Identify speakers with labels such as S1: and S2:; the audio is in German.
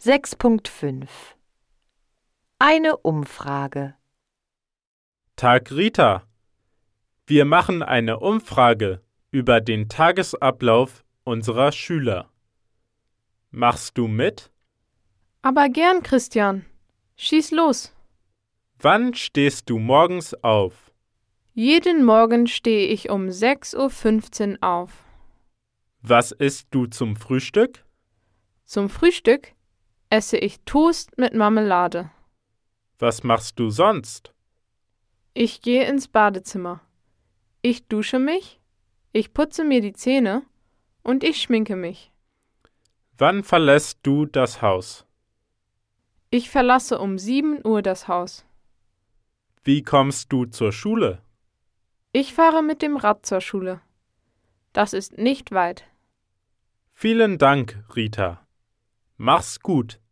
S1: 6.5 Eine Umfrage.
S2: Tag Rita. Wir machen eine Umfrage über den Tagesablauf unserer Schüler. Machst du mit?
S3: Aber gern, Christian. Schieß los.
S2: Wann stehst du morgens auf?
S3: Jeden Morgen stehe ich um 6.15 Uhr auf.
S2: Was isst du zum Frühstück?
S3: Zum Frühstück esse ich Toast mit Marmelade.
S2: Was machst du sonst?
S3: Ich gehe ins Badezimmer. Ich dusche mich, ich putze mir die Zähne und ich schminke mich.
S2: Wann verlässt du das Haus?
S3: Ich verlasse um 7 Uhr das Haus.
S2: Wie kommst du zur Schule?
S3: Ich fahre mit dem Rad zur Schule. Das ist nicht weit.
S2: Vielen Dank, Rita. Mach's gut.